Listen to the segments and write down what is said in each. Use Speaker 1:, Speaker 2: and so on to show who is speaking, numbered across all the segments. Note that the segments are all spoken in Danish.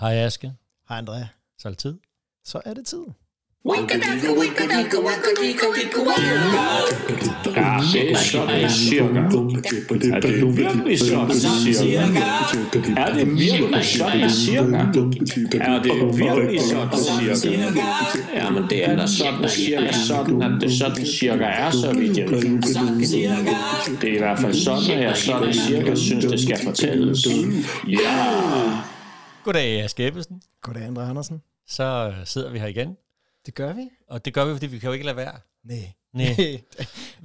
Speaker 1: Hej Aske,
Speaker 2: Hej Andrea.
Speaker 1: så er det tid.
Speaker 2: Så er det tid.
Speaker 3: Ja, det er sådan cirka. Er det nu virkelig sådan cirka? Er det virkelig sådan cirka? Er det virkelig sådan cirka? Ja, men det er da sådan cirka, sådan at det sådan cirka er, så vidt jeg ved. Det er i hvert fald sådan, at jeg sådan cirka synes, det skal fortælles. Ja!
Speaker 1: Goddag Aske Ebbesen.
Speaker 2: Goddag, Andrea Andersen.
Speaker 1: Så øh, sidder vi her igen,
Speaker 2: Det gør vi.
Speaker 1: og det gør vi, fordi vi kan jo ikke lade være.
Speaker 2: Nej.
Speaker 1: Næ.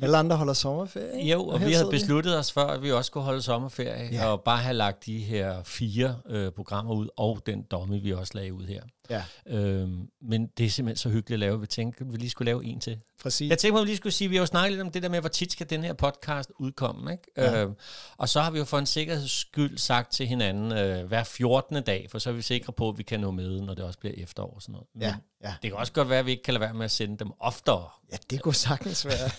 Speaker 2: Alle andre holder sommerferie. ikke?
Speaker 1: Jo, og
Speaker 2: her
Speaker 1: vi
Speaker 2: sidder
Speaker 1: havde besluttet os før, at vi også skulle holde sommerferie,
Speaker 2: Ja.
Speaker 1: og bare have lagt de her fire øh, programmer ud, og den domme, vi også lagde ud her.
Speaker 2: Ja,
Speaker 1: Øhm, men det er simpelthen så hyggeligt at lave. Vi tænkte, at vi lige skulle lave en til.
Speaker 2: præcis.
Speaker 1: Jeg tænkte på, at vi lige skulle sige, at vi har jo snakket lidt om det der med, hvor tit skal den her podcast udkomme. Ikke? Ja. Øhm, og så har vi jo for en sikkerheds skyld sagt til hinanden øh, hver 14. dag, for så er vi sikre på, at vi kan nå med, når det også bliver efterår og sådan noget. Men
Speaker 2: Ja, ja.
Speaker 1: Det kan også godt være, at vi ikke kan lade være med at sende dem oftere.
Speaker 2: ja, det kunne sagtens være.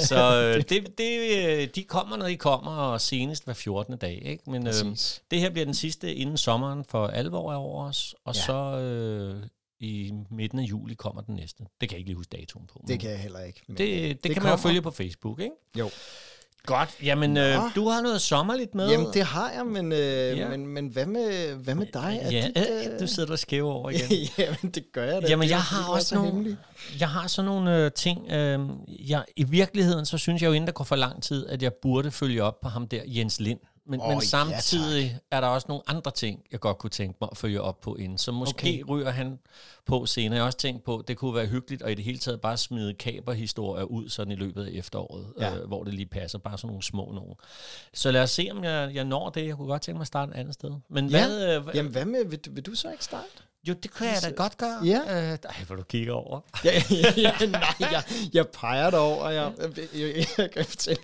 Speaker 1: Så øh, det, det, øh, de kommer, når de kommer, og senest hver 14. dag. Ikke? Men øh,
Speaker 2: Præcis.
Speaker 1: det her bliver den sidste, inden sommeren for alvor er over os, og ja.
Speaker 2: Ja.
Speaker 1: så øh, i midten af juli kommer den næste. Det kan jeg ikke lige huske datoen på. men
Speaker 2: det kan jeg heller ikke. Men
Speaker 1: det, det, det kan man
Speaker 2: kommer.
Speaker 1: jo følge på Facebook, ikke?
Speaker 2: Jo.
Speaker 1: Godt, jamen øh, du har noget sommerligt med.
Speaker 2: Jamen, det har jeg, men, øh,
Speaker 1: Ja.
Speaker 2: ja. men, men hvad, med, hvad med dig? Er
Speaker 1: ja,
Speaker 2: dit,
Speaker 1: øh, du sidder du og skæver over igen.
Speaker 2: Jamen, det gør jeg da.
Speaker 1: Jamen,
Speaker 2: Det er
Speaker 1: jeg
Speaker 2: fordi,
Speaker 1: har
Speaker 2: du er
Speaker 1: også
Speaker 2: så
Speaker 1: nogle,
Speaker 2: hemmelig.
Speaker 1: jeg har sådan nogle øh, ting. Øh, jeg, I virkeligheden, så synes jeg jo, inden der går for lang tid, at jeg burde følge op på ham der, Jens Lind. Men, oh,
Speaker 2: Åh,
Speaker 1: men
Speaker 2: ja,
Speaker 1: samtidig ja, er der også nogle andre ting, jeg godt kunne tænke mig at følge op på inden. Så måske okay.
Speaker 2: Okay.
Speaker 1: ryger han på senere. Jeg har også tænkt på, at det kunne være hyggeligt, og i det hele taget bare smide kaberhistorier ud sådan i løbet af efteråret, ja.
Speaker 2: Ja.
Speaker 1: øh, hvor det lige passer. Bare sådan nogle små nogen. Så lad os se, om jeg, jeg når det. Jeg kunne godt tænke mig at starte et andet sted. Men ja.
Speaker 2: Ja.
Speaker 1: hvad, øh, hva-
Speaker 2: Jamen, hvad med, vil, du- vil du så ikke starte?
Speaker 1: jo, det kunne jeg da godt gøre.
Speaker 2: Ja.
Speaker 1: Øh, ej, hvor du kigger over.
Speaker 2: ja, ja, nej, jeg, jeg peger dig over. Jeg, jeg, jeg, jeg kan fortælle.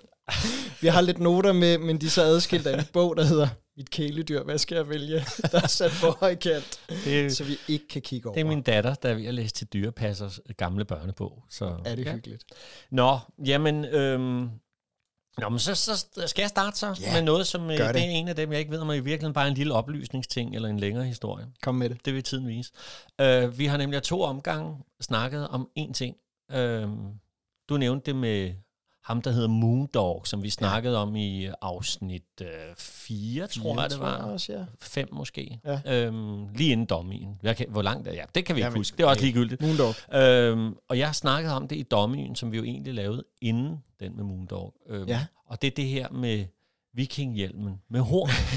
Speaker 2: Vi har lidt noter med, men de er så adskilt af en bog, der hedder Mit kæledyr, hvad skal jeg vælge? Der er sat på højkant,
Speaker 1: Det-
Speaker 2: så vi ikke kan kigge over.
Speaker 1: Det er min datter, der er ved at læse til dyrepassers gamle børnebog. Så.
Speaker 2: er det
Speaker 1: ja.
Speaker 2: hyggeligt.
Speaker 1: Nå, jamen... Øhm, Nå, men så, så skal jeg starte så
Speaker 2: Ja,
Speaker 1: med noget, som øh, det.
Speaker 2: gør
Speaker 1: det
Speaker 2: det.
Speaker 1: er en af dem, jeg ikke ved, om er i virkeligheden bare en lille oplysningsting eller en længere historie.
Speaker 2: Kom med det.
Speaker 1: Det vil tiden vise. Øh, vi har nemlig af to omgange snakket om én ting. Øh, du nævnte det med ham, der hedder Moondog, som vi snakkede ja. om i øh, afsnit øh, 4, tror jeg, det var.
Speaker 2: jeg Også, ja.
Speaker 1: Fem måske.
Speaker 2: Ja.
Speaker 1: Øhm, lige inden dommien. Jeg kan, hvor langt er jeg? Det kan vi ikke
Speaker 2: Jamen,
Speaker 1: huske. Det er også
Speaker 2: nej.
Speaker 1: ligegyldigt.
Speaker 2: Moondog.
Speaker 1: Øhm, og jeg snakkede om det i dommien, som vi jo egentlig lavede inden den med Moondog. Øhm,
Speaker 2: Ja.
Speaker 1: Og det er det her med vikinghjelmen med horn.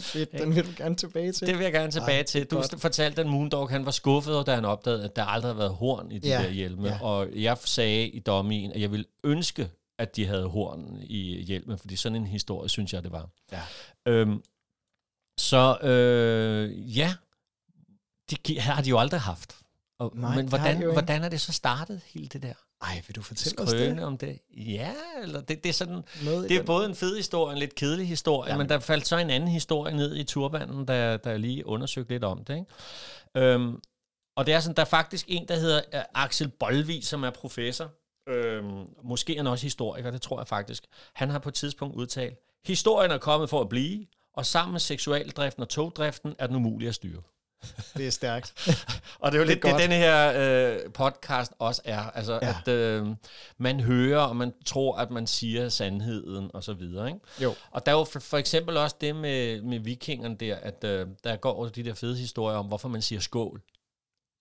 Speaker 2: Fedt, den vil du gerne tilbage til.
Speaker 1: Det vil jeg gerne tilbage Ej,
Speaker 2: Ej,
Speaker 1: til. Du
Speaker 2: godt.
Speaker 1: godt. fortalte, at Moondog han var skuffet, da han opdagede, at der aldrig havde været horn i de ja,
Speaker 2: Ja,
Speaker 1: der hjelme. Ja.
Speaker 2: ja.
Speaker 1: Og jeg sagde i dommien, at jeg ville ønske, at de havde horn i hjelmen, fordi sådan en historie synes jeg, det var.
Speaker 2: Ja.
Speaker 1: Øhm, så øh, ja, det gi- har de jo aldrig haft. Og,
Speaker 2: Nej, det har
Speaker 1: men
Speaker 2: de
Speaker 1: hvordan,
Speaker 2: jo ikke.
Speaker 1: hvordan er det så startet, hele det der?
Speaker 2: Ej, vil du fortælle os det?
Speaker 1: Skrøne om det? Ja, eller det, det er sådan...
Speaker 2: Med i
Speaker 1: Det er
Speaker 2: den?
Speaker 1: både en fed historie og en lidt kedelig historie, ja, men, men der faldt så en anden historie ned i turbanen, der, der lige undersøgte lidt om det. Ikke? Øhm, og det er sådan, der er faktisk en, der hedder øh, Axel Bolvi, som er professor. Øhm, måske er han også historiker, det tror jeg faktisk. Han har på et tidspunkt udtalt, historien er kommet for at blive, og sammen med seksualdriften og togdriften er den umulig at styre.
Speaker 2: det er stærkt.
Speaker 1: Og det er jo
Speaker 2: Det er
Speaker 1: lidt det,
Speaker 2: godt.
Speaker 1: den her øh, podcast også er. Altså, ja.
Speaker 2: Ja.
Speaker 1: at øh, man hører, og man tror, at man siger sandheden, og så videre, ikke?
Speaker 2: Jo.
Speaker 1: Og der er jo for, for eksempel også det med, med vikingerne der, at øh, der går jo de der fede historier om, hvorfor man siger skål.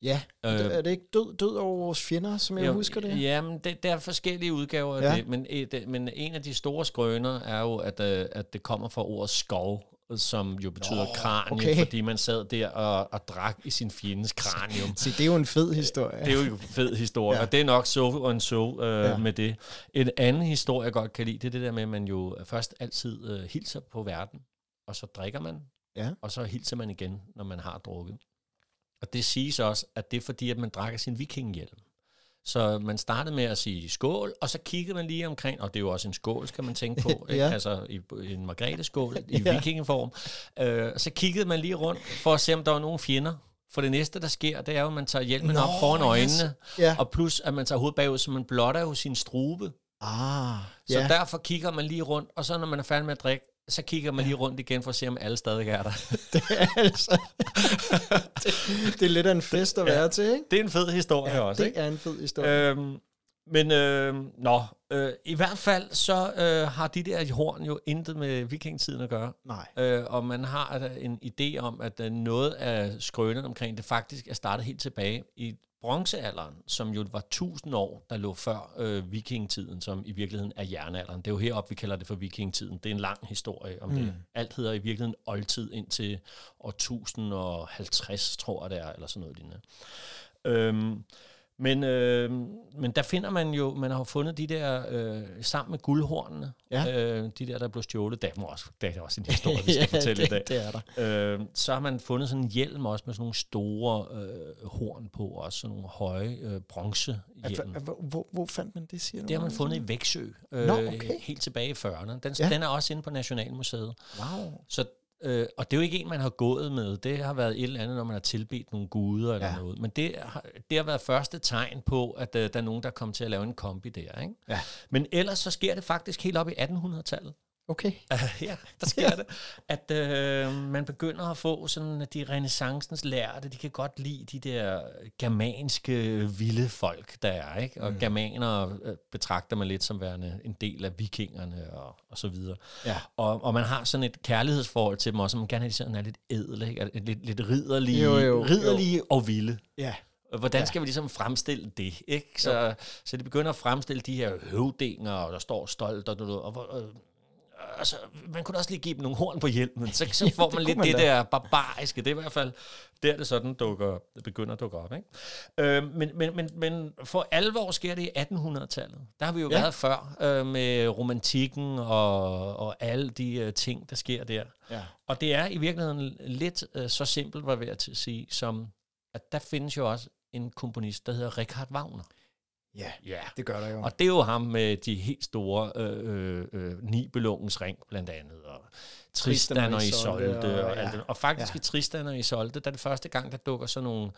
Speaker 2: Ja,
Speaker 1: Øh,
Speaker 2: øh, er det ikke død, død over vores fjender, som jeg
Speaker 1: Jo,
Speaker 2: husker det?
Speaker 1: Jamen, det, der er forskellige udgaver af ja.
Speaker 2: Ja.
Speaker 1: det, men, et, men en af de store skrøner er jo, at, øh, at det kommer fra ordet skov, som jo betyder Nå, kranie, okay.
Speaker 2: okay.
Speaker 1: fordi man sad der og, og drak i sin fjendes kranium.
Speaker 2: Se, det er jo en fed historie.
Speaker 1: Det er jo en fed historie, ja.
Speaker 2: Ja.
Speaker 1: og det er nok so og so øh, ja.
Speaker 2: Ja.
Speaker 1: med det. En anden historie, jeg godt kan lide, det er det der med, at man jo først altid øh, hilser på verden, og så drikker man,
Speaker 2: Ja.
Speaker 1: og så hilser man igen, når man har drukket. Og det siges også, at det er fordi, at man drak af sin vikinghjelm. Så man startede med at sige skål, og så kiggede man lige omkring, og det er jo også en skål, skal man tænke på,
Speaker 2: Ja.
Speaker 1: ikke? altså i, i en margrethe-skål i
Speaker 2: Ja.
Speaker 1: vikingeform. Øh, så kiggede man lige rundt for at se, om der var nogen fjender. For det næste, der sker, det er jo, at man tager hjelmen
Speaker 2: Nå,
Speaker 1: op foran
Speaker 2: yes.
Speaker 1: øjnene,
Speaker 2: Ja.
Speaker 1: og plus, at man tager hovedet bagud, så man blotter jo sin strube.
Speaker 2: Ah,
Speaker 1: Så
Speaker 2: ja.
Speaker 1: derfor kigger man lige rundt, og så når man er færdig med at drikke, så kigger man lige rundt igen for at se, om alle stadig er der.
Speaker 2: det er altså... det, det er lidt af en fest at være til, ikke?
Speaker 1: Det er en fed historie ja, også,
Speaker 2: Det
Speaker 1: ikke?
Speaker 2: er en fed historie.
Speaker 1: Øhm, men øh, nå, øh, i hvert fald så øh, har de der horn jo intet med vikingetiden at gøre.
Speaker 2: Nej.
Speaker 1: Øh, og man har da en idé om, at øh, noget af skrønen omkring det faktisk er startet helt tilbage i bronzealderen, som jo var 1000 år, der lå før øh, vikingetiden, som i virkeligheden er jernalderen. Det er jo heroppe, vi kalder det for vikingetiden. Det er en lang historie om mm. det. Alt hedder i virkeligheden oldtid indtil år 1050, tror jeg det er, eller sådan noget lignende. Øhm, men, øh, men der finder man jo, man har jo fundet de der, øh, sammen med guldhornene,
Speaker 2: Ja.
Speaker 1: øh, de der, der blev stjålet, der er også, der er også en historie, vi skal fortælle i
Speaker 2: det,
Speaker 1: dag.
Speaker 2: det er der.
Speaker 1: Øh, så har man fundet sådan en hjelm også med sådan nogle store øh, horn på, også sådan nogle høje øh, bronzehjelm.
Speaker 2: Hvor, hvor, hvor fandt man det, siger du?
Speaker 1: Det har man fundet i Vægtsø, øh,
Speaker 2: Nå, okay.
Speaker 1: helt tilbage i 40'erne. Den,
Speaker 2: Ja.
Speaker 1: ja. den er også inde på Nationalmuseet.
Speaker 2: Wow.
Speaker 1: Så, øh, og det er jo ikke en, man har gået med. Det har været et eller andet, når man har tilbedt nogle guder eller
Speaker 2: Ja.
Speaker 1: ja. noget. Men det har, det har været første tegn på, at øh, der er nogen, der kom til at lave en kombi der. Ikke?
Speaker 2: Ja.
Speaker 1: Men ellers så sker det faktisk helt op i 1800-tallet.
Speaker 2: Okay.
Speaker 1: ja, der sker det. At øh, man begynder at få sådan, at de renaissancens lærte, de kan godt lide de der germanske vilde folk, der er. Ikke? Og mm. germanere øh, betragter man lidt som værende en del af vikingerne og, og så videre.
Speaker 2: Ja.
Speaker 1: Og, og man har sådan et kærlighedsforhold til dem også, og man gerne vil sådan er lidt ædel, ikke? At- lidt, lidt ridderlige,
Speaker 2: Jo, jo,
Speaker 1: ridderlige og vilde.
Speaker 2: Ja.
Speaker 1: Og Hvordan skal vi ligesom fremstille det? Ikke? Så, så de begynder at fremstille de her høvdinger, og der står stolt og noget. Og, hvor- og, altså, man kunne også lige give dem nogle horn på hjelmen, så, så får man
Speaker 2: kunne
Speaker 1: lidt
Speaker 2: man
Speaker 1: det
Speaker 2: da.
Speaker 1: der barbariske. Det er i hvert fald der, det sådan dukker, det begynder at dukke op. Ikke? Øh, men, men, men, men for alvor sker det i 1800-tallet. Der har vi jo
Speaker 2: Ja.
Speaker 1: ja. været før øh, med romantikken og, og alle de øh, ting, der sker der.
Speaker 2: Ja.
Speaker 1: Og det er i virkeligheden lidt øh, så simpelt, var jeg ved at til at sige, som at der findes jo også en komponist, der hedder Richard Wagner.
Speaker 2: Ja,
Speaker 1: Ja. Yeah.
Speaker 2: det gør der jo.
Speaker 1: Og det er jo ham med de helt store øh, øh, øh, Nibelungens ring, blandt andet, og Tristan,
Speaker 2: Tristan og
Speaker 1: og
Speaker 2: Isolde,
Speaker 1: Isolde, og,
Speaker 2: og
Speaker 1: og, alt
Speaker 2: ja,
Speaker 1: det. og faktisk
Speaker 2: ja.
Speaker 1: ja. i Tristan og Isolde, der er det første gang, der dukker sådan nogle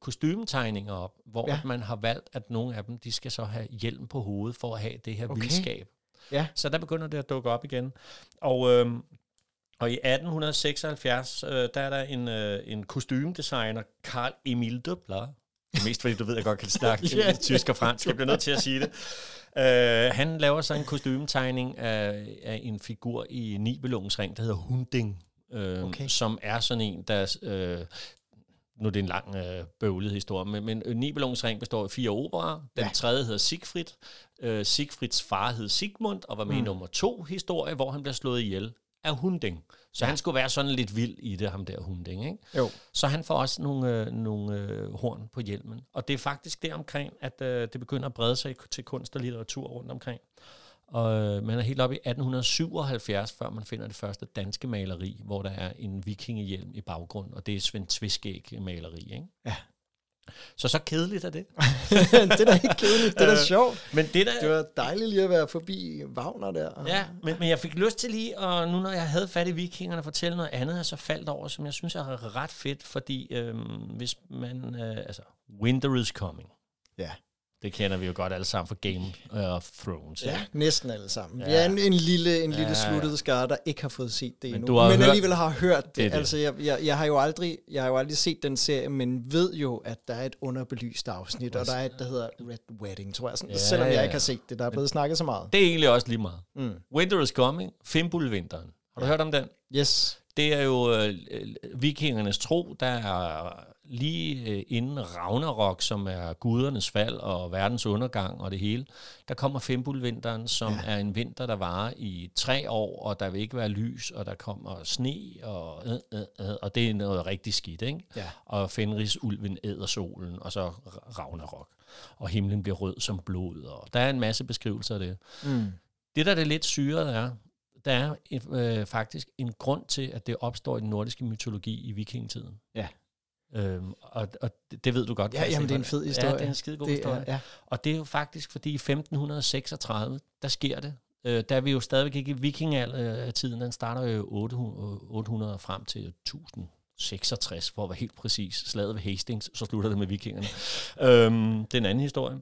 Speaker 1: kostymetegninger op, hvor
Speaker 2: Ja.
Speaker 1: ja. man har valgt, at nogle af dem, de skal så have hjelm på hovedet for at have det her
Speaker 2: Okay.
Speaker 1: okay. vildskab.
Speaker 2: Ja.
Speaker 1: Så der begynder det at dukke op igen. Og, øhm, og i 1876, øh, der er der en, øh, en kostymedesigner, Karl Emil Døbler. Det er mest fordi, du ved, at jeg godt kan snakke
Speaker 2: Ja.
Speaker 1: yeah. tysk og fransk. Jeg bliver nødt til at sige det. Øh, han laver så en kostymetegning af, af en figur i Nibelungens ring, der hedder Hunding. Øh,
Speaker 2: Okay.
Speaker 1: okay. Som er sådan en, der... Øh, nu er det en lang øh, bøvlet historie, men, men Nibelungens ring består af fire operer. Den
Speaker 2: Ja.
Speaker 1: ja. tredje hedder Siegfried. Øh, Siegfrieds far hed Sigmund og var med mm. i nummer to historie, hvor han blev slået ihjel af Hunding. Så ja. han skulle være sådan lidt vild i det, ham der Hunding. Ikke?
Speaker 2: Jo.
Speaker 1: Så han får også nogle, øh, nogle øh, horn på hjelmen. Og det er faktisk deromkring, at øh, det begynder at brede sig til kunst og litteratur rundt omkring. Og øh, man er helt oppe i 1877, før man finder det første danske maleri, hvor der er en vikingehjelm i baggrund, og det er Svend Tveskæg maleri, ikke?
Speaker 2: Ja.
Speaker 1: Så så kedeligt er det. Øh.
Speaker 2: det er da ikke kedeligt, det er da sjovt.
Speaker 1: Men det der...
Speaker 2: Det var dejligt lige at være forbi Wagner der. og-
Speaker 1: Ja, men, men jeg fik lyst til lige, og nu når jeg havde fat i vikingerne, at fortælle noget andet, jeg så faldt over, som jeg synes er ret fedt, fordi øhm, hvis man, øh, altså, winter is coming.
Speaker 2: Ja.
Speaker 1: Det kender vi jo godt alle sammen fra Game of Thrones. ikke?
Speaker 2: Ja, næsten alle sammen. Ja. Vi
Speaker 1: Ja.
Speaker 2: er en, en lille, en lille
Speaker 1: Ja, ja.
Speaker 2: sluttet skare, der ikke har fået set det
Speaker 1: Men
Speaker 2: endnu.
Speaker 1: du har
Speaker 2: men
Speaker 1: hørt-
Speaker 2: alligevel har hørt det.
Speaker 1: Det er det.
Speaker 2: Altså, jeg, jeg, jeg, har jo aldrig, jeg har jo aldrig set den serie, men ved jo, at der er et underbelyst afsnit, og der er et, der hedder Red Wedding, tror jeg. Sådan, ja,
Speaker 1: Ja,
Speaker 2: selvom jeg
Speaker 1: ja.
Speaker 2: ikke har set det, der er blevet snakket så meget.
Speaker 1: Det er egentlig også lige meget.
Speaker 2: Mm.
Speaker 1: Winter is coming, Fimbulvinteren. Har du hørt om den?
Speaker 2: Yes.
Speaker 1: Det er jo øh, øh, vikingernes tro, der er lige øh, inden Ragnarok, som er gudernes fald og verdens undergang og det hele, der kommer Fimbulvinteren, som ja. er en vinter, der varer i tre år, og der vil ikke være lys, og der kommer sne, og, øh, øh, øh, og det er noget rigtig skidt, ikke?
Speaker 2: Ja.
Speaker 1: Og Fenris ulven æder solen, og så Ragnarok, og himlen bliver rød som blod, og der er en masse beskrivelser af det.
Speaker 2: Mm.
Speaker 1: Det, der er det lidt syrede er, der er øh, faktisk en grund til, at det opstår i den nordiske mytologi i vikingetiden.
Speaker 2: Ja.
Speaker 1: Øhm, og, og det- det ved du godt.
Speaker 2: Ja,
Speaker 1: Christian.
Speaker 2: jamen, det er en fed historie.
Speaker 1: Ja, det er en skide god
Speaker 2: Det
Speaker 1: historie.
Speaker 2: er, ja.
Speaker 1: Og det er jo faktisk, fordi i 1536, der sker det. Øh, der er vi jo stadigvæk ikke i vikingetiden. Den starter jo 800, 800 og frem til 1000. 66, for at være helt præcis. Slaget ved Hastings, så slutter det med vikingerne. øhm, det er en anden historie.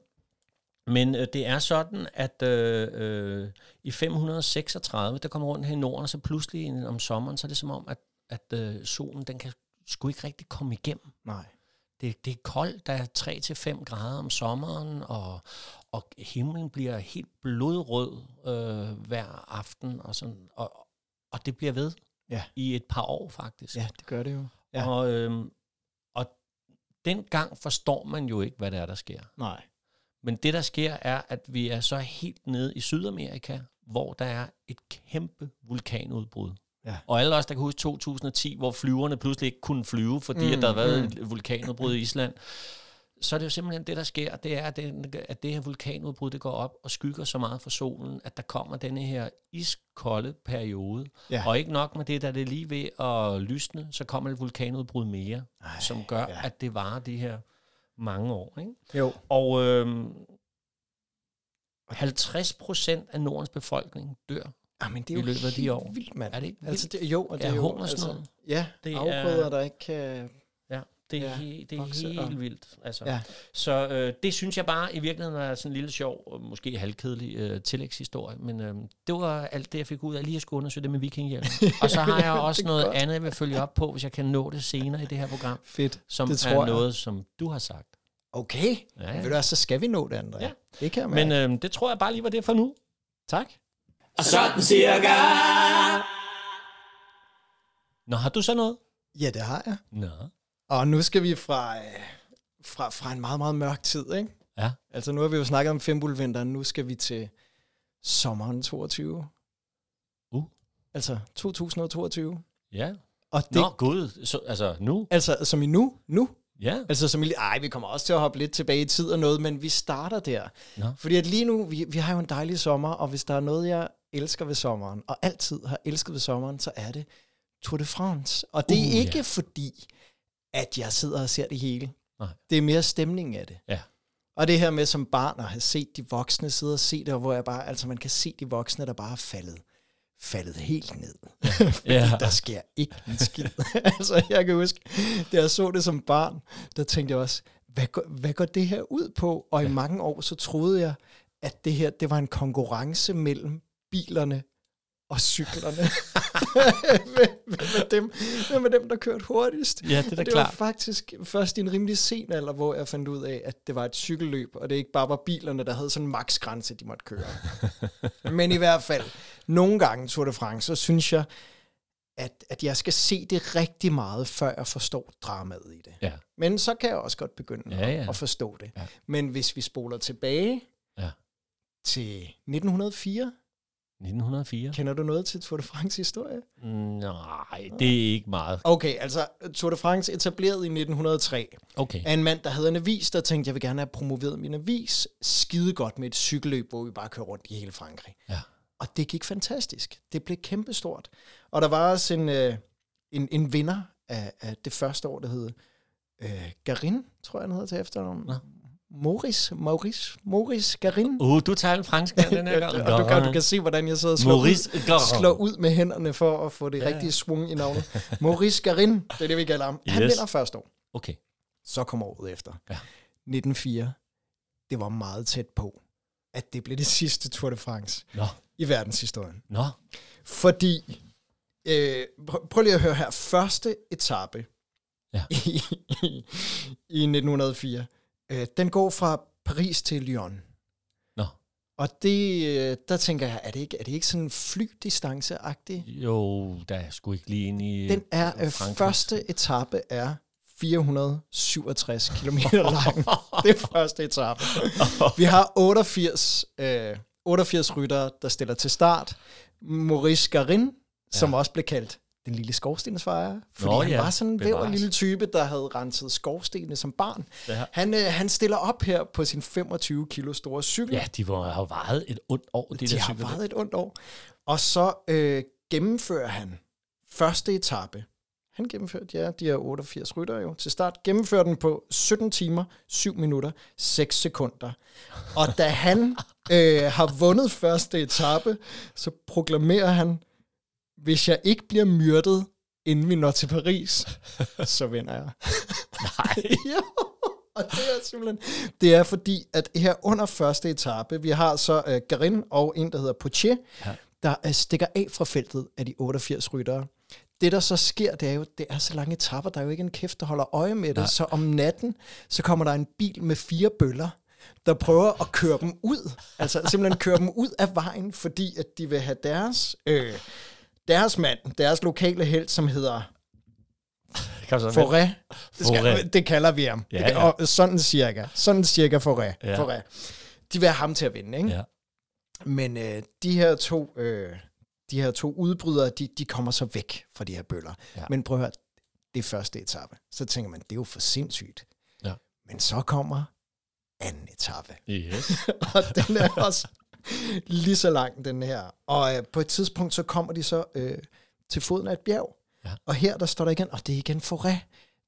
Speaker 1: Men øh, det er sådan, at øh, øh, i 536, der kommer rundt her i Norden, og så pludselig en- om sommeren, så er det som om, at, at øh, solen, den kan sgu ikke rigtig komme igennem.
Speaker 2: Nej.
Speaker 1: Det, det er koldt, der er 3-5 grader om sommeren, og, og himlen bliver helt blodrød øh, hver aften, og, sådan, og, og det bliver ved
Speaker 2: Ja.
Speaker 1: i et par år faktisk.
Speaker 2: Ja, det gør det jo.
Speaker 1: Ja.
Speaker 2: Ja.
Speaker 1: Og, øhm, og dengang forstår man jo ikke, hvad det er, der sker.
Speaker 2: Nej.
Speaker 1: Men det, der sker, er, at vi er så helt nede i Sydamerika, hvor der er et kæmpe vulkanudbrud.
Speaker 2: Ja.
Speaker 1: Og alle os, der kan huske 2010, hvor flyverne pludselig ikke kunne flyve, fordi mm,
Speaker 2: Mm,
Speaker 1: at der havde været
Speaker 2: mm.
Speaker 1: et vulkanudbrud i Island, så er det jo simpelthen det, der sker, det er, at, den, at det her vulkanudbrud, det går op og skygger så meget for solen, at der kommer denne her iskolde periode.
Speaker 2: Ja.
Speaker 1: Og ikke nok med det, da det er lige ved at lysne, så kommer et vulkanudbrud mere,
Speaker 2: Ej,
Speaker 1: som gør,
Speaker 2: ja.
Speaker 1: at det varer de her mange år. Ikke?
Speaker 2: Jo.
Speaker 1: Og øhm, 50 procent af Nordens befolkning dør.
Speaker 2: Jamen, Ah, det er
Speaker 1: I
Speaker 2: jo
Speaker 1: løbet af de
Speaker 2: helt
Speaker 1: år.
Speaker 2: vildt, mand.
Speaker 1: Er det ikke
Speaker 2: Altså, det, jo, og det
Speaker 1: Ja,
Speaker 2: er jo...
Speaker 1: hungersnød.
Speaker 2: Altså, ja,
Speaker 1: Det
Speaker 2: det
Speaker 1: er-
Speaker 2: afgrøder, der ikke kan...
Speaker 1: Det er,
Speaker 2: Ja,
Speaker 1: he, det
Speaker 2: vokser
Speaker 1: er helt
Speaker 2: og-
Speaker 1: vildt. Altså.
Speaker 2: Ja.
Speaker 1: Så øh, det synes jeg bare i virkeligheden er sådan en lille sjov, og måske halvkedelig øh, tillægshistorie. Men øh, det var alt det, jeg fik ud af lige at skulle undersøge det med vikingehjelm. og så har jeg også noget godt. andet, jeg vil følge op på, hvis jeg kan nå det senere i det her program,
Speaker 2: Fedt.
Speaker 1: som
Speaker 2: Det
Speaker 1: det
Speaker 2: tror
Speaker 1: er
Speaker 2: jeg.
Speaker 1: noget, som du har sagt.
Speaker 2: Okay.
Speaker 1: Ja,
Speaker 2: Ja.
Speaker 1: ja.
Speaker 2: Ved du hvad, så skal vi nå det, André.
Speaker 1: Ja.
Speaker 2: Det kan jeg
Speaker 1: Men
Speaker 2: mærke.
Speaker 1: øh, det tror jeg bare lige var det for nu.
Speaker 2: tak.
Speaker 3: Og sådan cirka.
Speaker 1: Nå, har du så noget?
Speaker 2: Ja, det har jeg.
Speaker 1: Nå.
Speaker 2: Og nu skal vi fra, øh, fra, fra en meget, meget mørk tid, ikke?
Speaker 1: Ja.
Speaker 2: Altså, nu har vi jo snakket om fembulvinteren, nu skal vi til sommeren 22.
Speaker 1: Uh.
Speaker 2: Altså, 2022.
Speaker 1: Ja.
Speaker 2: Og det,
Speaker 1: Nå, gud. Så, altså, nu?
Speaker 2: altså, som i nu, nu,
Speaker 1: Ja.
Speaker 2: Altså, som, i- ej, vi kommer også til at hoppe lidt tilbage i tid og noget, men vi starter der.
Speaker 1: Nå.
Speaker 2: Fordi at lige nu, vi, vi har jo en dejlig sommer, og hvis der er noget, jeg elsker ved sommeren, og altid har elsket ved sommeren, så er det Tour de France. Og det
Speaker 1: Uh,
Speaker 2: er
Speaker 1: ja.
Speaker 2: ikke fordi, at jeg sidder og ser det hele.
Speaker 1: Nej.
Speaker 2: Det er mere stemningen af det.
Speaker 1: Ja.
Speaker 2: Og det her med som barn at have set de voksne sidde og se det, og hvor jeg bare, altså man kan se de voksne, der bare er faldet faldet helt ned.
Speaker 1: Ja.
Speaker 2: Der sker ikke en skid. altså, jeg kan huske, da jeg så det som barn, der tænkte jeg også, hvad går, hvad går det her ud på? Og i mange år, så troede jeg, at det her, det var en konkurrence mellem bilerne og cyklerne. hvem, hvem, er dem, hvem er dem, der kørte hurtigst?
Speaker 1: Ja, det er da
Speaker 2: Og det
Speaker 1: klart.
Speaker 2: var faktisk først i en rimelig sen alder, hvor jeg fandt ud af, at det var et cykelløb, og det ikke bare var bilerne, der havde sådan en maksgrænse, de måtte køre. Men i hvert fald, nogle gange Tour de France, så synes jeg, at, at jeg skal se det rigtig meget, før jeg forstår dramaet i det.
Speaker 1: Ja.
Speaker 2: Men så kan jeg også godt begynde
Speaker 1: Ja,
Speaker 2: ja,
Speaker 1: ja.
Speaker 2: ja. at forstå det.
Speaker 1: Ja.
Speaker 2: Ja. Men hvis vi spoler tilbage
Speaker 1: Ja.
Speaker 2: til 1904,
Speaker 1: 1904?
Speaker 2: kender du noget til Tour de France historie?
Speaker 1: Nej, det er ikke meget.
Speaker 2: Okay, altså Tour de France etableret i 1903.
Speaker 1: Okay.
Speaker 2: af en mand, der havde en avis, der tænkte, jeg vil gerne have promoveret min avis skide godt med et cykelløb, hvor vi bare kører rundt i hele Frankrig.
Speaker 1: Ja.
Speaker 2: Og det gik fantastisk. Det blev kæmpestort. Og der var også en, øh, en, en vinder af, af det første år, der hed øh, Garin, tror jeg, han hedder til efternavn.
Speaker 1: Nå.
Speaker 2: Maurice, Maurice, Maurice Garin.
Speaker 1: Uh, du tager en fransk med den her gang.
Speaker 2: og du kan, du kan se, hvordan jeg sidder og slår
Speaker 1: Maurice
Speaker 2: ud,
Speaker 1: Garon.
Speaker 2: slår ud med hænderne for at få det
Speaker 1: Ja.
Speaker 2: ja. rigtige svung i navnet. Maurice Garin, det er det, vi kalder ham. Han
Speaker 1: Yes.
Speaker 2: vinder første år.
Speaker 1: Okay.
Speaker 2: Så kom året efter.
Speaker 1: Ja.
Speaker 2: 1904. Det var meget tæt på, at det blev det sidste Tour de France
Speaker 1: Nå.
Speaker 2: i verdenshistorien.
Speaker 1: Nå.
Speaker 2: Fordi, øh, pr- prøv lige at høre her, første etape
Speaker 1: Ja.
Speaker 2: i, i, i 1904, øh, den går fra Paris til Lyon.
Speaker 1: Nå.
Speaker 2: Og det, øh, der tænker jeg, er det ikke, er det ikke sådan flydistance-agtigt?
Speaker 1: Jo, der er sgu ikke lige inde i...
Speaker 2: Den er,
Speaker 1: øh,
Speaker 2: øh,
Speaker 1: Frankrig.
Speaker 2: første etape er 467 km lang. det er første etape. Vi har 88, øh, 88 ryttere, der stiller til start. Maurice Garin, som også blev kaldt den lille skorstensfejer, fordi
Speaker 1: Nå
Speaker 2: han
Speaker 1: ja,
Speaker 2: var sådan en
Speaker 1: bevares.
Speaker 2: væver lille type, der havde renset skorstene som barn.
Speaker 1: Ja.
Speaker 2: Han, øh, han stiller op her på sin 25 kilo store cykel.
Speaker 1: Ja, de var, har jo vejet et ondt år, det
Speaker 2: De
Speaker 1: der
Speaker 2: har
Speaker 1: cykel.
Speaker 2: været et ondt år. Og så øh, gennemfører han første etape. Han gennemførte, ja, de her 88 rytter jo til start. Gennemfører den på 17 timer, 7 minutter, 6 sekunder. Og da han øh, har vundet første etape, så proklamerer han, hvis jeg ikke bliver myrdet, inden vi når til Paris, så vinder jeg.
Speaker 1: Nej.
Speaker 2: jo. og det er simpelthen, det er fordi, at her under første etape, vi har så uh, Garin og en, der hedder Poitier, ja. der uh, stikker af fra feltet af de 88 ryttere. Det, der så sker, det er jo, det er så lange etapper, der er jo ikke en kæft, der holder øje med det. Nej. Så om natten, så kommer der en bil med fire bøller, der prøver at køre dem ud. Altså simpelthen køre dem ud af vejen, fordi at de vil have deres, øh, deres mand, deres lokale held, som hedder
Speaker 1: Kom så, vent.
Speaker 2: Foré. Det, skal,
Speaker 1: Forêt.
Speaker 2: altså, det kalder vi ham.
Speaker 1: Ja,
Speaker 2: Ja, ja.
Speaker 1: ja.
Speaker 2: Og sådan cirka. Sådan cirka Foré.
Speaker 1: Ja.
Speaker 2: Ja. Foré. De vil have ham til at vinde, ikke?
Speaker 1: Ja.
Speaker 2: Men øh, de her to, øh, de her to udbrydere, de, de kommer så væk fra de her bøller.
Speaker 1: Ja.
Speaker 2: Ja. Men prøv at høre, det er første etape. Så tænker man, det er jo for sindssygt.
Speaker 1: Ja.
Speaker 2: Men så kommer anden etape.
Speaker 1: Yes.
Speaker 2: og den er også lige så lang, den her. Og øh, på et tidspunkt, så kommer de så øh, til foden af et bjerg.
Speaker 1: Ja.
Speaker 2: Og her, der står der igen, og det er igen Foré,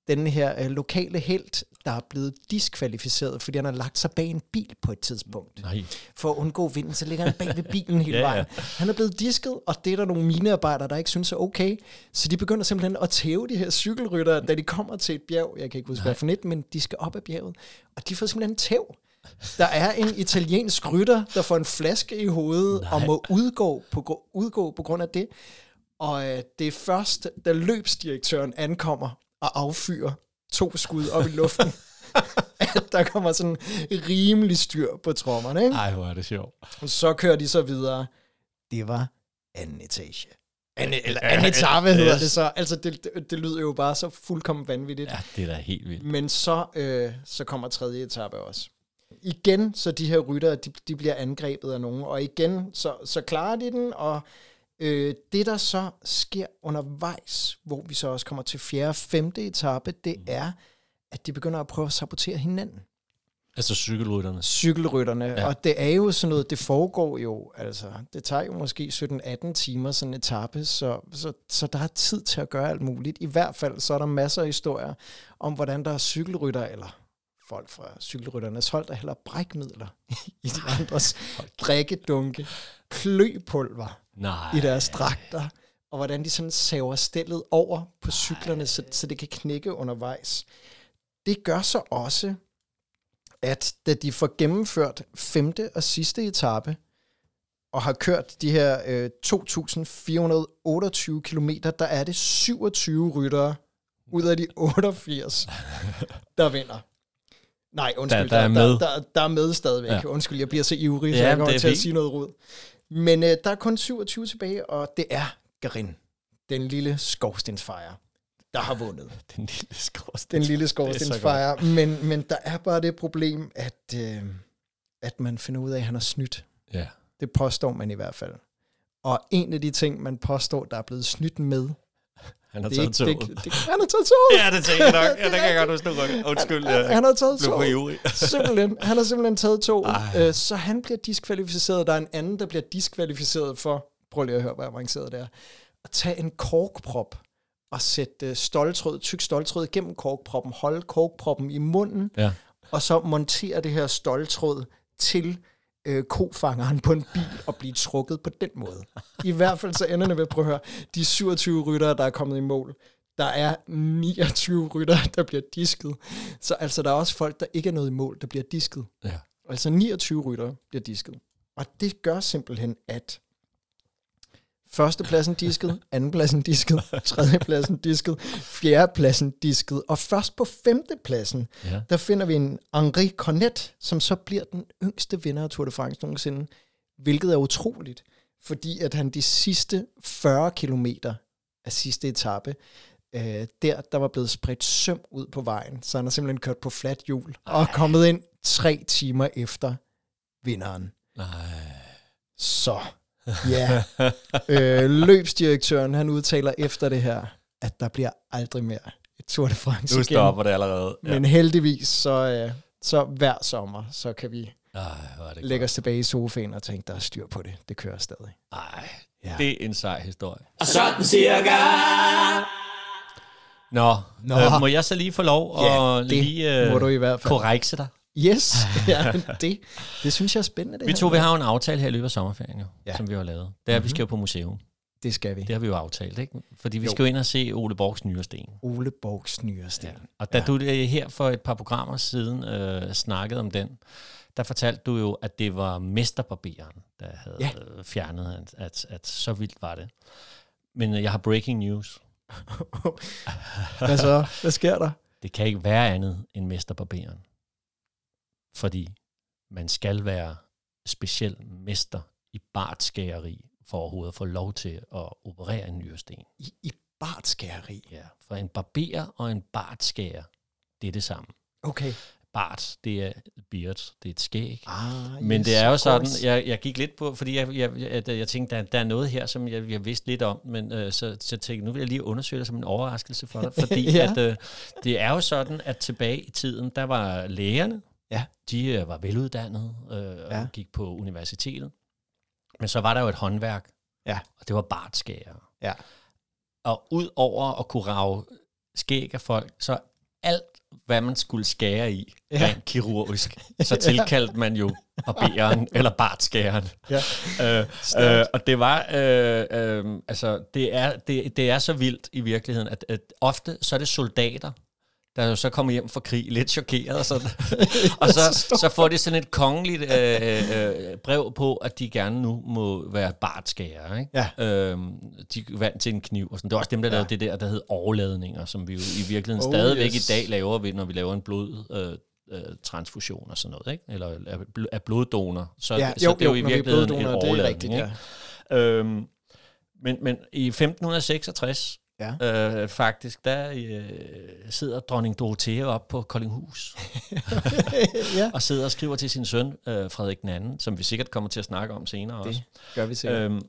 Speaker 2: den her øh, lokale held, der er blevet diskvalificeret, fordi han har lagt sig bag en bil på et tidspunkt.
Speaker 1: Nej.
Speaker 2: For at undgå vinden, så ligger han bag ved bilen hele
Speaker 1: Ja, ja.
Speaker 2: ja, vejen. Han er blevet disket, og det er der nogle minearbejdere, der ikke synes er okay. Så de begynder simpelthen at tæve de her cykelryttere, da de kommer til et bjerg. Jeg kan ikke huske, hvad for net, men de skal op ad bjerget. Og de får simpelthen tæv. Der er en italiensk rytter, der får en flaske i hovedet Nej. og må udgå på, gru- udgå på grund af det. Og øh, det er først, da løbsdirektøren ankommer og affyrer to skud op i luften, at der kommer sådan rimelig styr på trommerne. Ikke?
Speaker 1: Ej, hvor er det sjovt.
Speaker 2: Så kører de så videre. Det var anden etage. Anden, eller anden etape hedder
Speaker 1: yes.
Speaker 2: det så. Altså, det, det, det lyder jo bare så fuldkommen vanvittigt.
Speaker 1: Ja, det er da helt vildt.
Speaker 2: Men så, øh, så kommer tredje etape også. Igen, så de her ryttere, de, de bliver angrebet af nogen, og igen, så, så klarer de den, og øh, det, der så sker undervejs, hvor vi så også kommer til fjerde og femte etape, det er, at de begynder at prøve at sabotere hinanden
Speaker 1: Altså cykelrytterne.
Speaker 2: cykelrytterne.
Speaker 1: Ja.
Speaker 2: Ja. Og det er jo sådan noget, det foregår jo, altså, det tager jo måske 17-18 timer sådan en etape, så, så, så der er tid til at gøre alt muligt. I hvert fald så er der masser af historier om, hvordan der er cykelrytter, eller folk fra cykelrytternes hold, der hælder brækmidler i de andres drikkedunke, kløpulver
Speaker 1: Nej.
Speaker 2: i deres dragter, og hvordan de sådan saver stillet over på cyklerne, så, så det kan knække undervejs. Det gør så også, at da de får gennemført femte og sidste etape, og har kørt de her øh, 2.428 kilometer, der er det 27 ryttere ud af de 88, der vinder. Nej, undskyld,
Speaker 1: der er med.
Speaker 2: Der, der, der er med stadigvæk.
Speaker 1: Ja.
Speaker 2: Ja. Undskyld, jeg bliver så ivrig, så
Speaker 1: Ja,
Speaker 2: jeg
Speaker 1: men det
Speaker 2: kommer
Speaker 1: er
Speaker 2: til at
Speaker 1: fint.
Speaker 2: sige noget rod. Men øh, der er kun 27 tilbage, og det er Garin, den lille skorstensfejre, der har vundet.
Speaker 1: Den lille skorsten.
Speaker 2: Den lille
Speaker 1: Det er
Speaker 2: skorstensfejre. Men, men der er bare det problem, at, øh, at man finder ud af, at han har snydt.
Speaker 1: Ja.
Speaker 2: Det påstår man i hvert fald. Og en af de ting, man påstår, der er blevet snydt med, det
Speaker 1: Han har
Speaker 2: er
Speaker 1: taget
Speaker 2: ikke, det,
Speaker 1: toget.
Speaker 2: det, det, han har taget toget.
Speaker 1: Ja, det tænker jeg nok. Ja,
Speaker 2: Det er
Speaker 1: det kan jeg godt huske nu. godt. Undskyld, jeg
Speaker 2: Han har taget
Speaker 1: blev for
Speaker 2: toget.
Speaker 1: ivrig.
Speaker 2: Simpelthen. Han har simpelthen taget to.
Speaker 1: Ej.
Speaker 2: Øh, så han bliver diskvalificeret. Der er en anden, der bliver diskvalificeret for, prøv lige at høre, hvor avanceret det er, at tage en korkprop og sætte øh, stoltråd, tyk stoltråd gennem korkproppen, holde korkproppen i munden,
Speaker 1: Ja.
Speaker 2: og så montere det her stoltråd til øh, kofangeren på en bil og blive trukket på den måde. I hvert fald så ender det ved, prøv at høre, de 27 ryttere, der er kommet i mål, der er 29 ryttere, der bliver disket. Så altså, der er også folk, der ikke er noget i mål, der bliver disket.
Speaker 1: Ja.
Speaker 2: Altså 29 ryttere bliver disket. Og det gør simpelthen, at førstepladsen disket, andenpladsen disket, tredjepladsen disket, fjerdepladsen disket, og først på femtepladsen,
Speaker 1: Ja.
Speaker 2: der finder vi en Henri Cornet, som så bliver den yngste vinder af Tour de France nogensinde, hvilket er utroligt, fordi at han de sidste 40 kilometer af sidste etape, øh, der, der var blevet spredt søm ud på vejen, så han har simpelthen kørt på fladt hjul og er kommet ind tre timer efter vinderen.
Speaker 1: Nej.
Speaker 2: Så ja, øh, løbsdirektøren han udtaler efter det her, at der bliver aldrig mere et Tour de France
Speaker 1: Nu
Speaker 2: igen.
Speaker 1: stopper det allerede. Ja.
Speaker 2: Men heldigvis, så, øh, så hver sommer, så kan vi
Speaker 1: Ej, hvor er det
Speaker 2: lægge os tilbage i sofaen og tænke, der er styr på det. Det kører stadig.
Speaker 1: Ej, ja.
Speaker 2: Ja.
Speaker 1: det er en sej historie.
Speaker 3: Og sådan cirka.
Speaker 1: Nå, Nå.
Speaker 2: Nå.
Speaker 1: Øh, må jeg så lige få lov at
Speaker 2: Ja, det
Speaker 1: lige øh,
Speaker 2: må du i hvert fald.
Speaker 1: korrekse dig?
Speaker 2: Yes, ja, men det, det synes jeg er spændende, det
Speaker 1: Vi
Speaker 2: her.
Speaker 1: to, vi har jo en aftale her i løbet af sommerferien, jo, ja. Mhm.
Speaker 2: Ja.
Speaker 1: som vi har lavet. Det er, at vi skal jo på museum.
Speaker 2: Det skal vi.
Speaker 1: Det har vi jo aftalt, ikke? Fordi vi jo. skal jo ind og se Ole Borgs Nyresten.
Speaker 2: Ole Borgs Nyresten. Ja.
Speaker 1: Og da ja. du øh, her for et par programmer siden øh, snakkede om den, der fortalte du jo, at det var mesterbarberen, der havde ja. øh, fjernet, at, at, at så vildt var det. Men øh, jeg har breaking news.
Speaker 2: Hvad så? Hvad sker der?
Speaker 1: Det kan ikke være andet end mesterbarberen. Fordi man skal være speciel mester i bartskæreri for overhovedet at få lov til at operere en nyresten.
Speaker 2: I, i bartskæreri?
Speaker 1: Ja, for en barber og en bartskærer, det er det samme.
Speaker 2: Okay.
Speaker 1: Bart, det er beard, det er et skæg.
Speaker 2: Ah,
Speaker 1: Men
Speaker 2: yes,
Speaker 1: det er jo
Speaker 2: of
Speaker 1: sådan,
Speaker 2: course.
Speaker 1: jeg, jeg gik lidt på, fordi jeg, jeg, jeg, jeg tænkte, der, der er noget her, som jeg, jeg vidste lidt om, men øh, så, så tænkte jeg, nu vil jeg lige undersøge det som en overraskelse for dig, fordi
Speaker 2: Ja.
Speaker 1: ja. at, øh, det er jo sådan, at tilbage i tiden, der var lægerne,
Speaker 2: Ja.
Speaker 1: de øh, var veluddannede øh, og
Speaker 2: Ja.
Speaker 1: ja. gik på universitetet, men så var der jo et håndværk,
Speaker 2: Ja.
Speaker 1: og det var bartskærer.
Speaker 2: Ja.
Speaker 1: Og ud over at kunne rave skæg af folk, så alt, hvad man skulle skære i,
Speaker 2: Ja.
Speaker 1: ja. rent kirurgisk, så tilkaldte man jo barberen eller bartskæren.
Speaker 2: Ja.
Speaker 1: Øh, øh, og det var, øh, øh, altså, det er, det, det er så vildt i virkeligheden, at, at ofte så er det soldater, der jo så kommer hjem fra krig, lidt chokeret og sådan. og så, så får de sådan et kongeligt øh, øh, øh, brev på, at de gerne nu må være bartskærer. Ikke?
Speaker 2: Ja.
Speaker 1: Øhm, de vandt til en kniv. Og sådan. Det var også dem, der
Speaker 2: Ja.
Speaker 1: ja. lavede det der, der hed overladninger, som vi jo i virkeligheden
Speaker 2: Oh,
Speaker 1: oh, stadigvæk
Speaker 2: yes.
Speaker 1: yes. i dag laver, ved, når vi laver en blod... Øh, øh, transfusion og sådan noget, ikke? Eller er bl- er bloddonor. Så,
Speaker 2: ja,
Speaker 1: så det er jo, i
Speaker 2: når vi
Speaker 1: virkeligheden en
Speaker 2: bloddonorer,
Speaker 1: overladning.
Speaker 2: det er rigtigt,
Speaker 1: ikke?
Speaker 2: ja.
Speaker 1: Øhm, men, men i 1566, ja. øh, faktisk, der øh, sidder dronning Dorothea op på Koldinghus
Speaker 2: ja,
Speaker 1: og sidder og skriver til sin søn, øh, Frederik den anden, som vi sikkert kommer til at snakke om senere
Speaker 2: det
Speaker 1: også.
Speaker 2: gør vi sikkert.
Speaker 1: Øhm,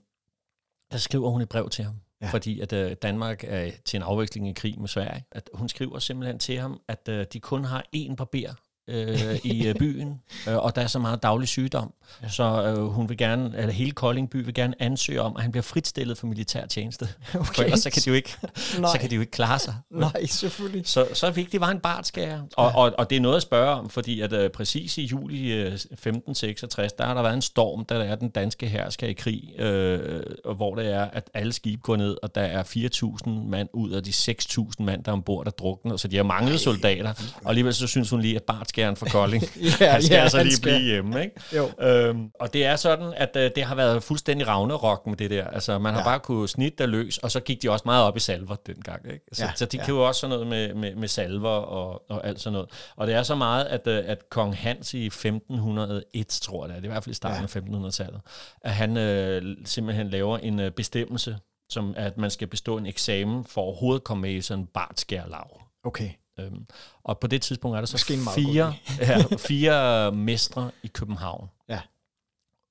Speaker 1: der skriver hun et brev til ham,
Speaker 2: Ja.
Speaker 1: ja. fordi at øh, Danmark er til en afveksling i krig med Sverige. At hun skriver simpelthen til ham, at øh, de kun har én barber øh, i øh, byen, øh, og der er så meget daglig sygdom, ja. så øh, hun vil gerne, eller hele Kolding by vil gerne ansøge om, at han bliver fritstillet for militær tjeneste. Okay. For ellers så kan de jo ikke,
Speaker 2: Nej.
Speaker 1: så kan de jo ikke klare sig.
Speaker 2: Nej, selvfølgelig.
Speaker 1: Så, så vigtig var en bartskærer. Og, og, og det er noget at spørge om, fordi at øh, præcis i juli øh, 1566, der har der været en storm, da der er den danske her skal i krig, øh, og hvor det er, at alle skibe går ned, og der er 4.000 mand ud af de 6.000 mand, der er ombord, der drukner, så de har manglet soldater. Og alligevel så synes hun lige, at bartskæren fra Kolding,
Speaker 2: Ja,
Speaker 1: ja, han skal
Speaker 2: ja,
Speaker 1: ja, altså
Speaker 2: han
Speaker 1: lige
Speaker 2: skal.
Speaker 1: blive hjemme, ikke?
Speaker 2: Jo.
Speaker 1: Øhm, og det er sådan, at øh, det har været fuldstændig ragnarok med det der. Altså, man har
Speaker 2: Ja.
Speaker 1: ja. bare kunne snitte der løs, og så gik de også meget op i salver dengang. Ikke? Så,
Speaker 2: Ja,
Speaker 1: ja, så de
Speaker 2: ja.
Speaker 1: ja. kan jo også sådan noget med, med, med salver og, og alt sådan noget. Og det er så meget, at, øh, at kong Hans i 1501, tror jeg det er, det er i hvert fald i starten ja. af 1500-tallet, at han øh, simpelthen laver en øh, bestemmelse, som er, at man skal bestå en eksamen for overhovedet at komme med i sådan en bartskærlav.
Speaker 2: Okay.
Speaker 1: Øhm, og på det tidspunkt er der så
Speaker 2: Måske en meget god
Speaker 1: fire, ja, fire mestre i København.
Speaker 2: Ja.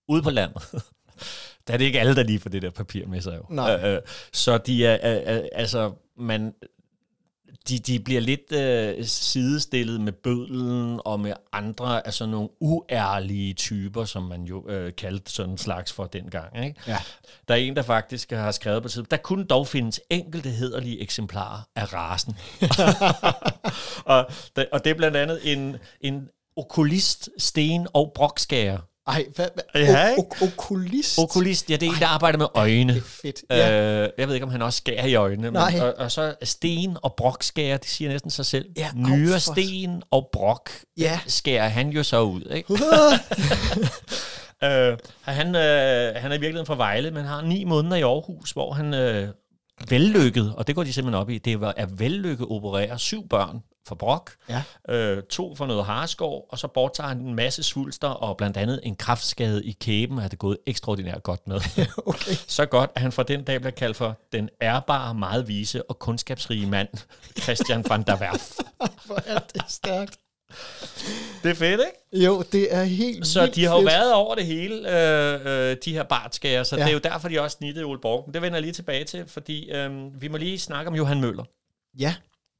Speaker 1: Ude på landet. Der er det ikke alle, der lige får det der papir med sig. Jo.
Speaker 2: Nej.
Speaker 1: Øh, øh, så de er, øh, øh, altså, man, de, de bliver lidt øh, sidestillet med bødlen og med andre, altså nogle uærlige typer, som man jo øh, kaldte sådan en slags for dengang. Ikke?
Speaker 2: Ja.
Speaker 1: Der er en, der faktisk har skrevet på tiden, der kunne dog findes enkelte hederlige eksemplarer af rasen. og, da- og det er blandt andet en, en okulist, sten og brokskærer.
Speaker 2: Ej, hvad? hvad?
Speaker 1: Ja,
Speaker 2: O- o- okulist.
Speaker 1: Okulist, ja, det er en, der arbejder med øjne.
Speaker 2: Det er fedt. Ja.
Speaker 1: Øh, jeg ved ikke, om han også skærer i øjnene.
Speaker 2: Nej.
Speaker 1: Men, og, og så sten og brok skærer, det siger næsten sig selv.
Speaker 2: Ja, au,
Speaker 1: Nyere
Speaker 2: for-
Speaker 1: sten og brok
Speaker 2: Ja.
Speaker 1: skærer han jo så ud. Ikke? øh, han, øh, han er i virkeligheden fra Vejle, men har ni måneder i Aarhus, hvor han øh, vellykket, og det går de simpelthen op i, det var at vellykket opererer syv børn for brok,
Speaker 2: Ja.
Speaker 1: øh, to for noget harskov, og så borttager han en masse svulster, og blandt andet en kraftskade i kæben, er det gået ekstraordinært godt med.
Speaker 2: Okay.
Speaker 1: Så godt, at han fra den dag bliver kaldt for den ærbare, meget vise og kundskabsrige mand, Christian van der Werf.
Speaker 2: Hvor er det stærkt.
Speaker 1: Det er fedt, ikke?
Speaker 2: Jo, det er helt
Speaker 1: Så
Speaker 2: vildt
Speaker 1: de har jo
Speaker 2: fedt.
Speaker 1: været over det hele, øh, øh, de her bartskærer, så
Speaker 2: Ja.
Speaker 1: ja. det er jo derfor, de også snittede Ole Borgen. Det vender jeg lige tilbage til, fordi øh, vi må lige snakke om Johan Møller.
Speaker 2: Ja.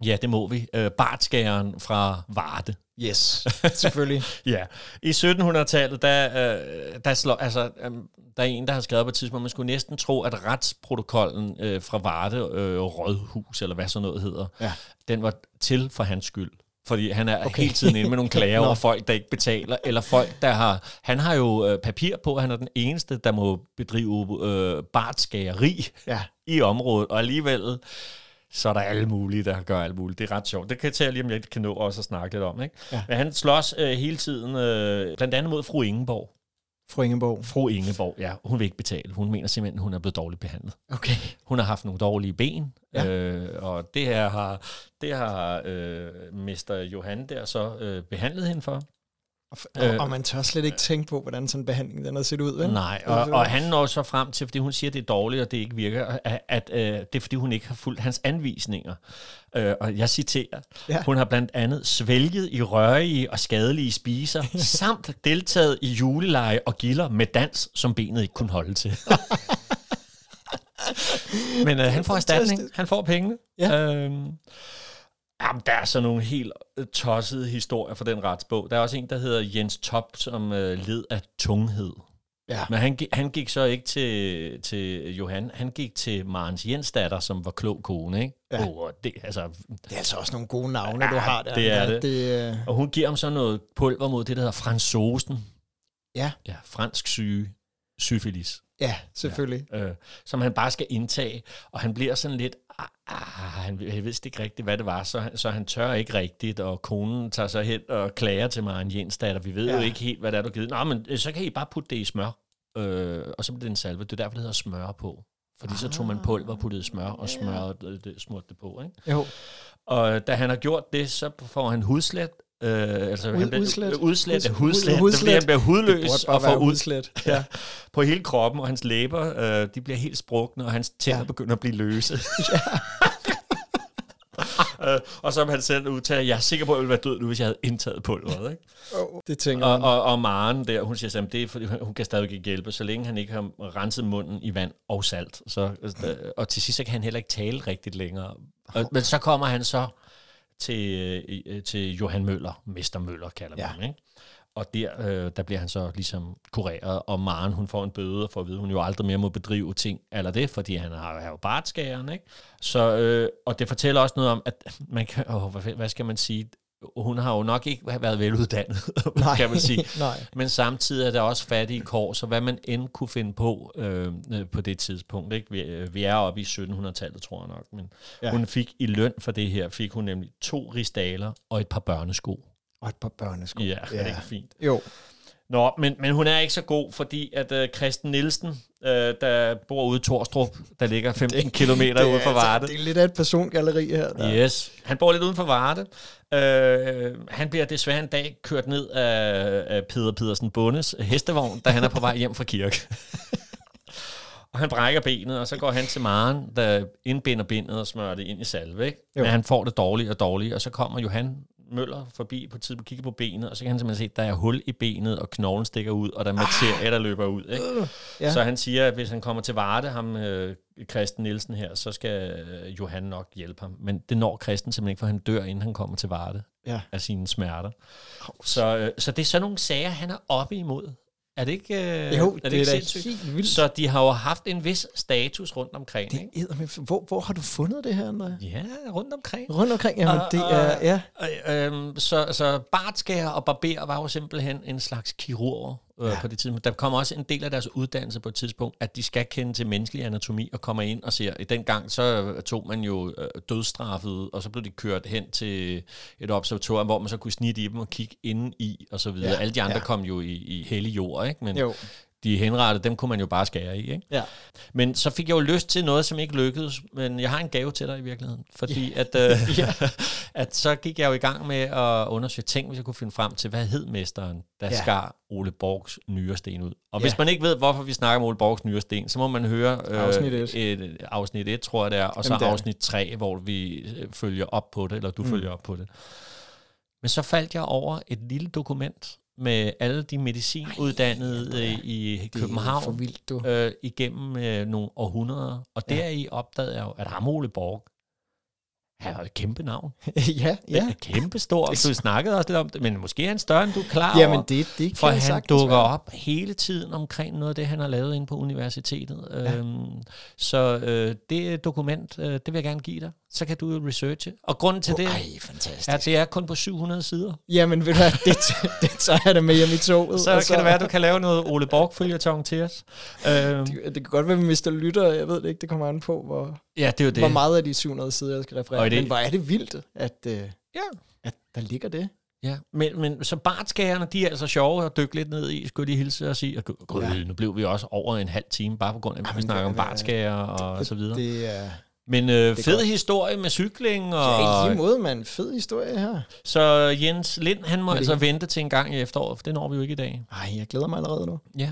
Speaker 1: Ja, det må vi. Øh, bartskæren fra Varde.
Speaker 2: Yes, selvfølgelig.
Speaker 1: Ja, i 1700-tallet, der, øh, der, slår, altså, øh, der er en, der har skrevet på et tidspunkt, man skulle næsten tro, at retsprotokollen øh, fra Varde øh, Rådhus, eller hvad sådan noget hedder,
Speaker 2: Ja.
Speaker 1: den var til for hans skyld. fordi han er okay. hele tiden inde med nogle klager over folk, der ikke betaler, eller folk, der har... Han har jo øh, papir på, at han er den eneste, der må bedrive øh, bartskageri ja. i området, og alligevel så er der alle mulige, der gør alt muligt. Det er ret sjovt. Det kan jeg tage lige, om jeg ikke kan nå også at snakke lidt om. Ikke? Ja. Men han slås øh, hele tiden, øh, blandt andet mod fru Ingeborg.
Speaker 2: Fru Ingeborg.
Speaker 1: Fru Ingeborg, ja. Hun vil ikke betale. Hun mener simpelthen, hun er blevet dårligt behandlet.
Speaker 2: Okay.
Speaker 1: Hun har haft nogle dårlige ben, ja. øh, og det her har, det har øh, Mester Johan der så øh, behandlet hende for.
Speaker 2: Og, og, øh, og man tør slet ikke tænke på, hvordan sådan en behandling den har set ud, vel?
Speaker 1: Nej, og, og han når så frem til, fordi hun siger, at det er dårligt, og det ikke virker, at, at øh, det er, fordi hun ikke har fulgt hans anvisninger. Øh, og jeg citerer, ja. hun har blandt andet svælget i rørige og skadelige spiser, samt deltaget i juleleje og gilder med dans, som benet ikke kunne holde til. Men øh, han får erstatning, han får pengene. Ja. Øh, Jamen, der er sådan nogle helt øh, tossede historier fra den retsbog. Der er også en, der hedder Jens Top, som øh, led af tunghed. Ja. Men han, han gik så ikke til, til Johan, han gik til Marens Jensdatter, som var klog kone, ikke? Ja. Oh, det, altså,
Speaker 2: det er altså også nogle gode navne, ja, du har der.
Speaker 1: Det er det. det øh... Og hun giver ham så noget pulver mod det, der hedder fransosen.
Speaker 2: Ja.
Speaker 1: Ja, fransk syge, syfilis.
Speaker 2: Ja, selvfølgelig.
Speaker 1: Ja, øh, som han bare skal indtage, og han bliver sådan lidt, ah, ah, han jeg vidste ikke rigtigt, hvad det var, så, han, så han tør ikke rigtigt, og konen tager sig hen og klager til Maren Jensdatter, vi ved ja. jo ikke helt, hvad det er, du har givet. Nå, men øh, så kan I bare putte det i smør, øh, og så bliver det en salve. Det er derfor, det hedder smør på. Fordi ah, så tog man pulver, puttede smør og smørte det, smurte det på. Ikke?
Speaker 2: Jo.
Speaker 1: Og da han har gjort det, så får han hudslet, Øh, altså,
Speaker 2: Ud,
Speaker 1: han bliver,
Speaker 2: udslet.
Speaker 1: Udslet, udslet, udslet. udslet. Han bliver hudløs og får udslet ja, på hele kroppen, og hans læber øh, de bliver helt sprukne, og hans tænder ja. begynder at blive løse. ja. øh, og som han selv udtaler, jeg er sikker på, at jeg ville være død nu, hvis jeg havde indtaget pulveret. Ikke?
Speaker 2: Oh, det tænker
Speaker 1: og, og, og Maren der, hun siger, at det er, fordi hun kan stadig ikke hjælpe, så længe han ikke har renset munden i vand og salt. Så, øh, og til sidst så kan han heller ikke tale rigtigt længere. Og, men så kommer han så til, øh, til Johan Møller, Mester Møller kalder man ja. ham, ikke? Og der, øh, der bliver han så ligesom kureret, og Maren hun får en bøde for at vide, hun jo aldrig mere må bedrive ting eller det, fordi han har, har jo bartskageren, ikke? Så, øh, og det fortæller også noget om, at man kan, åh, hvad, hvad skal man sige, hun har jo nok ikke været veluddannet, Nej. kan man sige.
Speaker 2: Nej.
Speaker 1: Men samtidig er der også fattige kår, så hvad man end kunne finde på øh, på det tidspunkt. Ikke? Vi, øh, vi er oppe i 1700-tallet, tror jeg nok. Men ja. hun fik i løn for det her, fik hun nemlig to ristaler og et par børnesko.
Speaker 2: Og et par børnesko.
Speaker 1: Ja, ja. det er ikke fint.
Speaker 2: Jo.
Speaker 1: Nå, men, men hun er ikke så god, fordi at øh, Christen Nielsen, øh, der bor ude i Torstrup, der ligger 15 det, km ude for Varde.
Speaker 2: Altså, det er lidt af et persongalleri her.
Speaker 1: Der. Yes. Han bor lidt uden for Varde. Øh, han bliver desværre en dag kørt ned af, af Peder Pedersen Bundes hestevogn, da han er på vej hjem fra kirke. og han brækker benet, og så går han til Maren, der indbinder benet og smører det ind i salve. Ikke? Jo. Men han får det dårligt og dårligt, og så kommer Johan Møller forbi på tid, kigger på benet, og så kan han simpelthen se, at der er hul i benet, og knoglen stikker ud, og der er materie, ah. der løber ud. Ikke? Uh, yeah. Så han siger, at hvis han kommer til Varde, ham øh, Christen Nielsen her, så skal øh, Johan nok hjælpe ham. Men det når Christen simpelthen ikke, for han dør, inden han kommer til Varde yeah. af sine smerter. Oh, så, øh, så det er sådan nogle sager, han er oppe imod. Er det ikke, øh,
Speaker 2: jo,
Speaker 1: er det, det ikke er sindssygt? Helt vildt. Så de har jo haft en vis status rundt omkring.
Speaker 2: Det er, ikke? Hvor, hvor har du fundet det her, André?
Speaker 1: Ja, Ah, rundt omkring.
Speaker 2: Rundt omkring, jamen og, det er... Ja.
Speaker 1: Og, øh, så, så bartskærer og barber var jo simpelthen en slags kirurger øh, ja. på det tidspunkt. Der kommer også en del af deres uddannelse på et tidspunkt, at de skal kende til menneskelig anatomi og kommer ind og ser. I den gang, så tog man jo øh, dødstraffet, og så blev de kørt hen til et observatorium, hvor man så kunne snitte i dem og kigge inde i og så videre. Ja. Alle de andre ja. kom jo i, i hellig jord, ikke? Men, jo. De henrettede, dem kunne man jo bare skære i, ikke?
Speaker 2: Ja.
Speaker 1: Men så fik jeg jo lyst til noget, som ikke lykkedes, men jeg har en gave til dig i virkeligheden, fordi yeah. at, øh, yeah. at så gik jeg jo i gang med at undersøge ting, hvis jeg kunne finde frem til, hvad hed mesteren, der yeah. skar Ole Borgs nyresten ud. Og yeah. hvis man ikke ved, hvorfor vi snakker om Ole Borgs nyresten, så må man høre
Speaker 2: øh, afsnit 1,
Speaker 1: et, afsnit 1 tror jeg det er, og så Jamen, er. afsnit 3, hvor vi øh, følger op på det, eller du mm. følger op på det. Men så faldt jeg over et lille dokument, med alle de medicinuddannede Ej, øh, i København for
Speaker 2: vildt, du.
Speaker 1: Øh, igennem øh, nogle århundreder. Og ja. deri opdagede jeg jo, at ham Ole Borg, han har et kæmpe navn.
Speaker 2: ja, ja.
Speaker 1: Et kæmpe stort. Du snakkede også lidt om det, men måske er han større, end du er klar
Speaker 2: over. Jamen, det, det kan
Speaker 1: For han dukker være. op hele tiden omkring noget af det, han har lavet inde på universitetet. Ja. Øhm, så øh, det dokument, øh, det vil jeg gerne give dig. så kan du jo researche. Og grunden til oh, det
Speaker 2: Ej, fantastisk.
Speaker 1: er, at det er kun på 700 sider.
Speaker 2: Jamen, ved du hvad, det, t- det tager jeg da med hjem i toget.
Speaker 1: Så
Speaker 2: og
Speaker 1: kan det være, at du kan lave noget Ole borg følgetong til os. Øhm,
Speaker 2: Altså- Det, det kan godt være, vi mister lytter, jeg ved det ikke, det kommer an på, hvor,
Speaker 1: ja, det er jo det.
Speaker 2: hvor meget af de 700 sider, jeg skal referere.
Speaker 1: Og er det-
Speaker 2: Men hvor er det vildt, at, øh,
Speaker 1: Ja.
Speaker 2: at der ligger det.
Speaker 1: Ja, men, men så bartskærerne, de er altså sjove at dykke lidt ned i, skulle de hilse og sige, og gud, gud,
Speaker 2: Ja.
Speaker 1: nu blev vi også over en halv time, bare på grund af, at vi
Speaker 2: Jamen,
Speaker 1: snakker om
Speaker 2: det er-
Speaker 1: bartskærer og, og så videre. Det,
Speaker 2: Det er
Speaker 1: men øh, fed
Speaker 2: godt.
Speaker 1: historie med cykling,
Speaker 2: ja, i
Speaker 1: og
Speaker 2: lige måde, mand. Fed historie her.
Speaker 1: så Jens Lind, han må
Speaker 2: det
Speaker 1: altså vente til en gang i efteråret, for det når vi jo ikke i dag.
Speaker 2: Ej, jeg glæder mig allerede nu.
Speaker 1: Ja.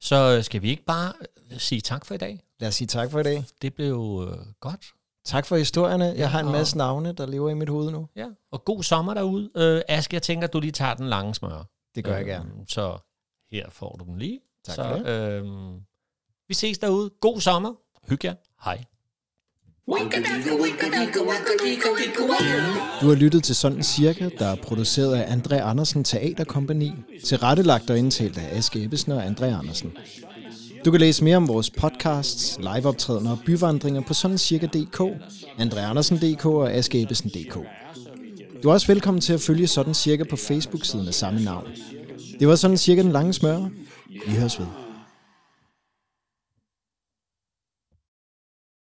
Speaker 1: Så øh, skal vi ikke bare øh, sige tak for i dag?
Speaker 2: Lad os sige tak for i dag.
Speaker 1: Det blev øh, godt.
Speaker 2: Tak for historierne. Jeg har en
Speaker 1: og-
Speaker 2: masse navne, der lever i mit hoved nu.
Speaker 1: Ja. Og god sommer derude. Øh, Aske, jeg tænker, du lige tager den lange smør.
Speaker 2: Det gør jeg gerne.
Speaker 1: Øhm, Så her får du den lige.
Speaker 2: Tak
Speaker 1: så,
Speaker 2: for
Speaker 1: Øhm, vi ses derude. God sommer. Hyg jer. Hej.
Speaker 2: Du har lyttet til Sådan Cirka, der er produceret af André Andersen Teaterkompagni, tilrettelagt og indtalt af Aske Ebbesen og André Andersen. Du kan læse mere om vores podcasts, liveoptrædener og byvandringer på sådancirka.dk, andreandersen.dk og askeebbesen.dk. Du er også velkommen til at følge Sådan Cirka på Facebook-siden af samme navn. Det var Sådan Cirka den lange smør. Vi høres ved.